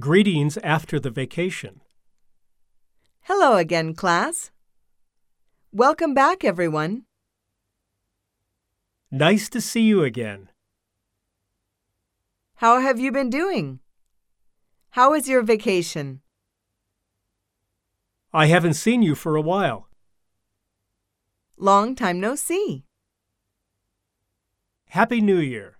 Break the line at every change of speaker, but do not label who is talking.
Greetings after the vacation.
Hello again, class. Welcome back, everyone.
Nice to see you again.
How have you been doing? How is your vacation?
I haven't seen you for a while.
Long time no see.
Happy New Year.